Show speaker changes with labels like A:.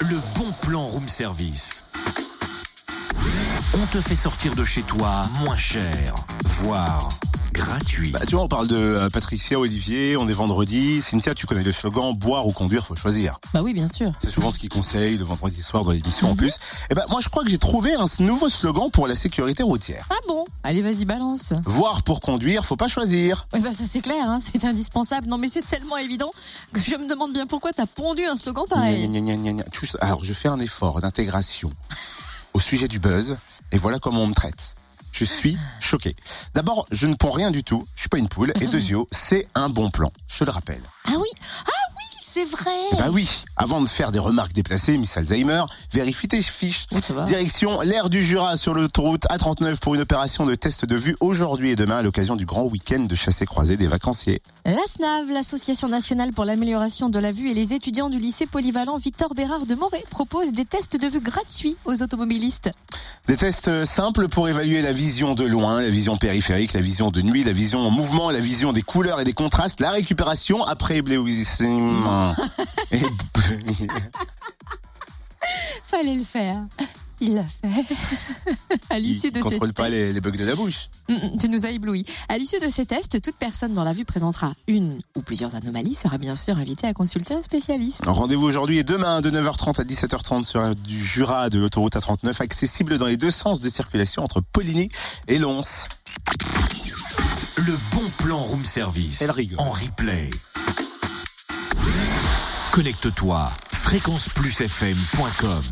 A: le bon plan room service. On te fait sortir de chez toi moins cher, voire gratuit.
B: Bah, tu vois, on parle de euh, Patricia Olivier, on est vendredi. Cynthia, tu connais le slogan boire ou conduire, faut choisir.
C: Bah oui, bien sûr.
B: C'est souvent ce qu'ils conseillent le vendredi soir dans l'émission en plus. Et ben moi, je crois que j'ai trouvé un nouveau slogan pour la sécurité routière.
C: Ah bon Allez, vas-y, balance.
B: Voir pour conduire, faut pas choisir.
C: Oui, bah ça c'est clair, hein, c'est indispensable. Non, mais c'est tellement évident que je me demande bien pourquoi t'as pondu un slogan pareil.
B: Gna, gna, gna, gna, gna. Tu sais- Alors, je fais un effort d'intégration au sujet du buzz, et voilà comment on me traite. Je suis choqué. D'abord, je ne ponds rien du tout, je suis pas une poule, et deuxièmement, c'est un bon plan, je le rappelle.
C: Ah oui Ah oui, c'est
B: Eh
C: vrai
B: Bah oui, avant de faire des remarques déplacées, Miss Alzheimer, vérifie tes fiches.
C: Oui, ça va.
B: Direction l'air du Jura sur l'autoroute A39 pour une opération de test de vue aujourd'hui et demain à l'occasion du grand week-end de chassé-croisé des vacanciers.
C: L'ASNAV, l'Association nationale pour l'amélioration de la vue et les étudiants du lycée polyvalent Victor Bérard de Moret proposent des tests de vue gratuits aux automobilistes.
B: Des tests simples pour évaluer la vision de loin, la vision périphérique, la vision de nuit, la vision en mouvement, la vision des couleurs et des contrastes, la récupération après éblouissement. Et-
C: Fallait le faire. Il l'a fait. à l'issue
B: Il
C: de ces
B: contrôle
C: tests,
B: pas les, les bugs de la bouche.
C: Mm, mm, tu nous as éblouis. À l'issue de ces tests, toute personne dans la vue présentera une ou plusieurs anomalies sera bien sûr invitée à consulter un spécialiste.
B: Rendez-vous aujourd'hui et demain de 9h30 à 17h30 sur la du Jura de l'autoroute A39, accessible dans les deux sens de circulation entre Poligny et Lons.
A: Le bon plan room service.
B: Elle rigole.
A: En replay. Connecte-toi fréquenceplusfm.com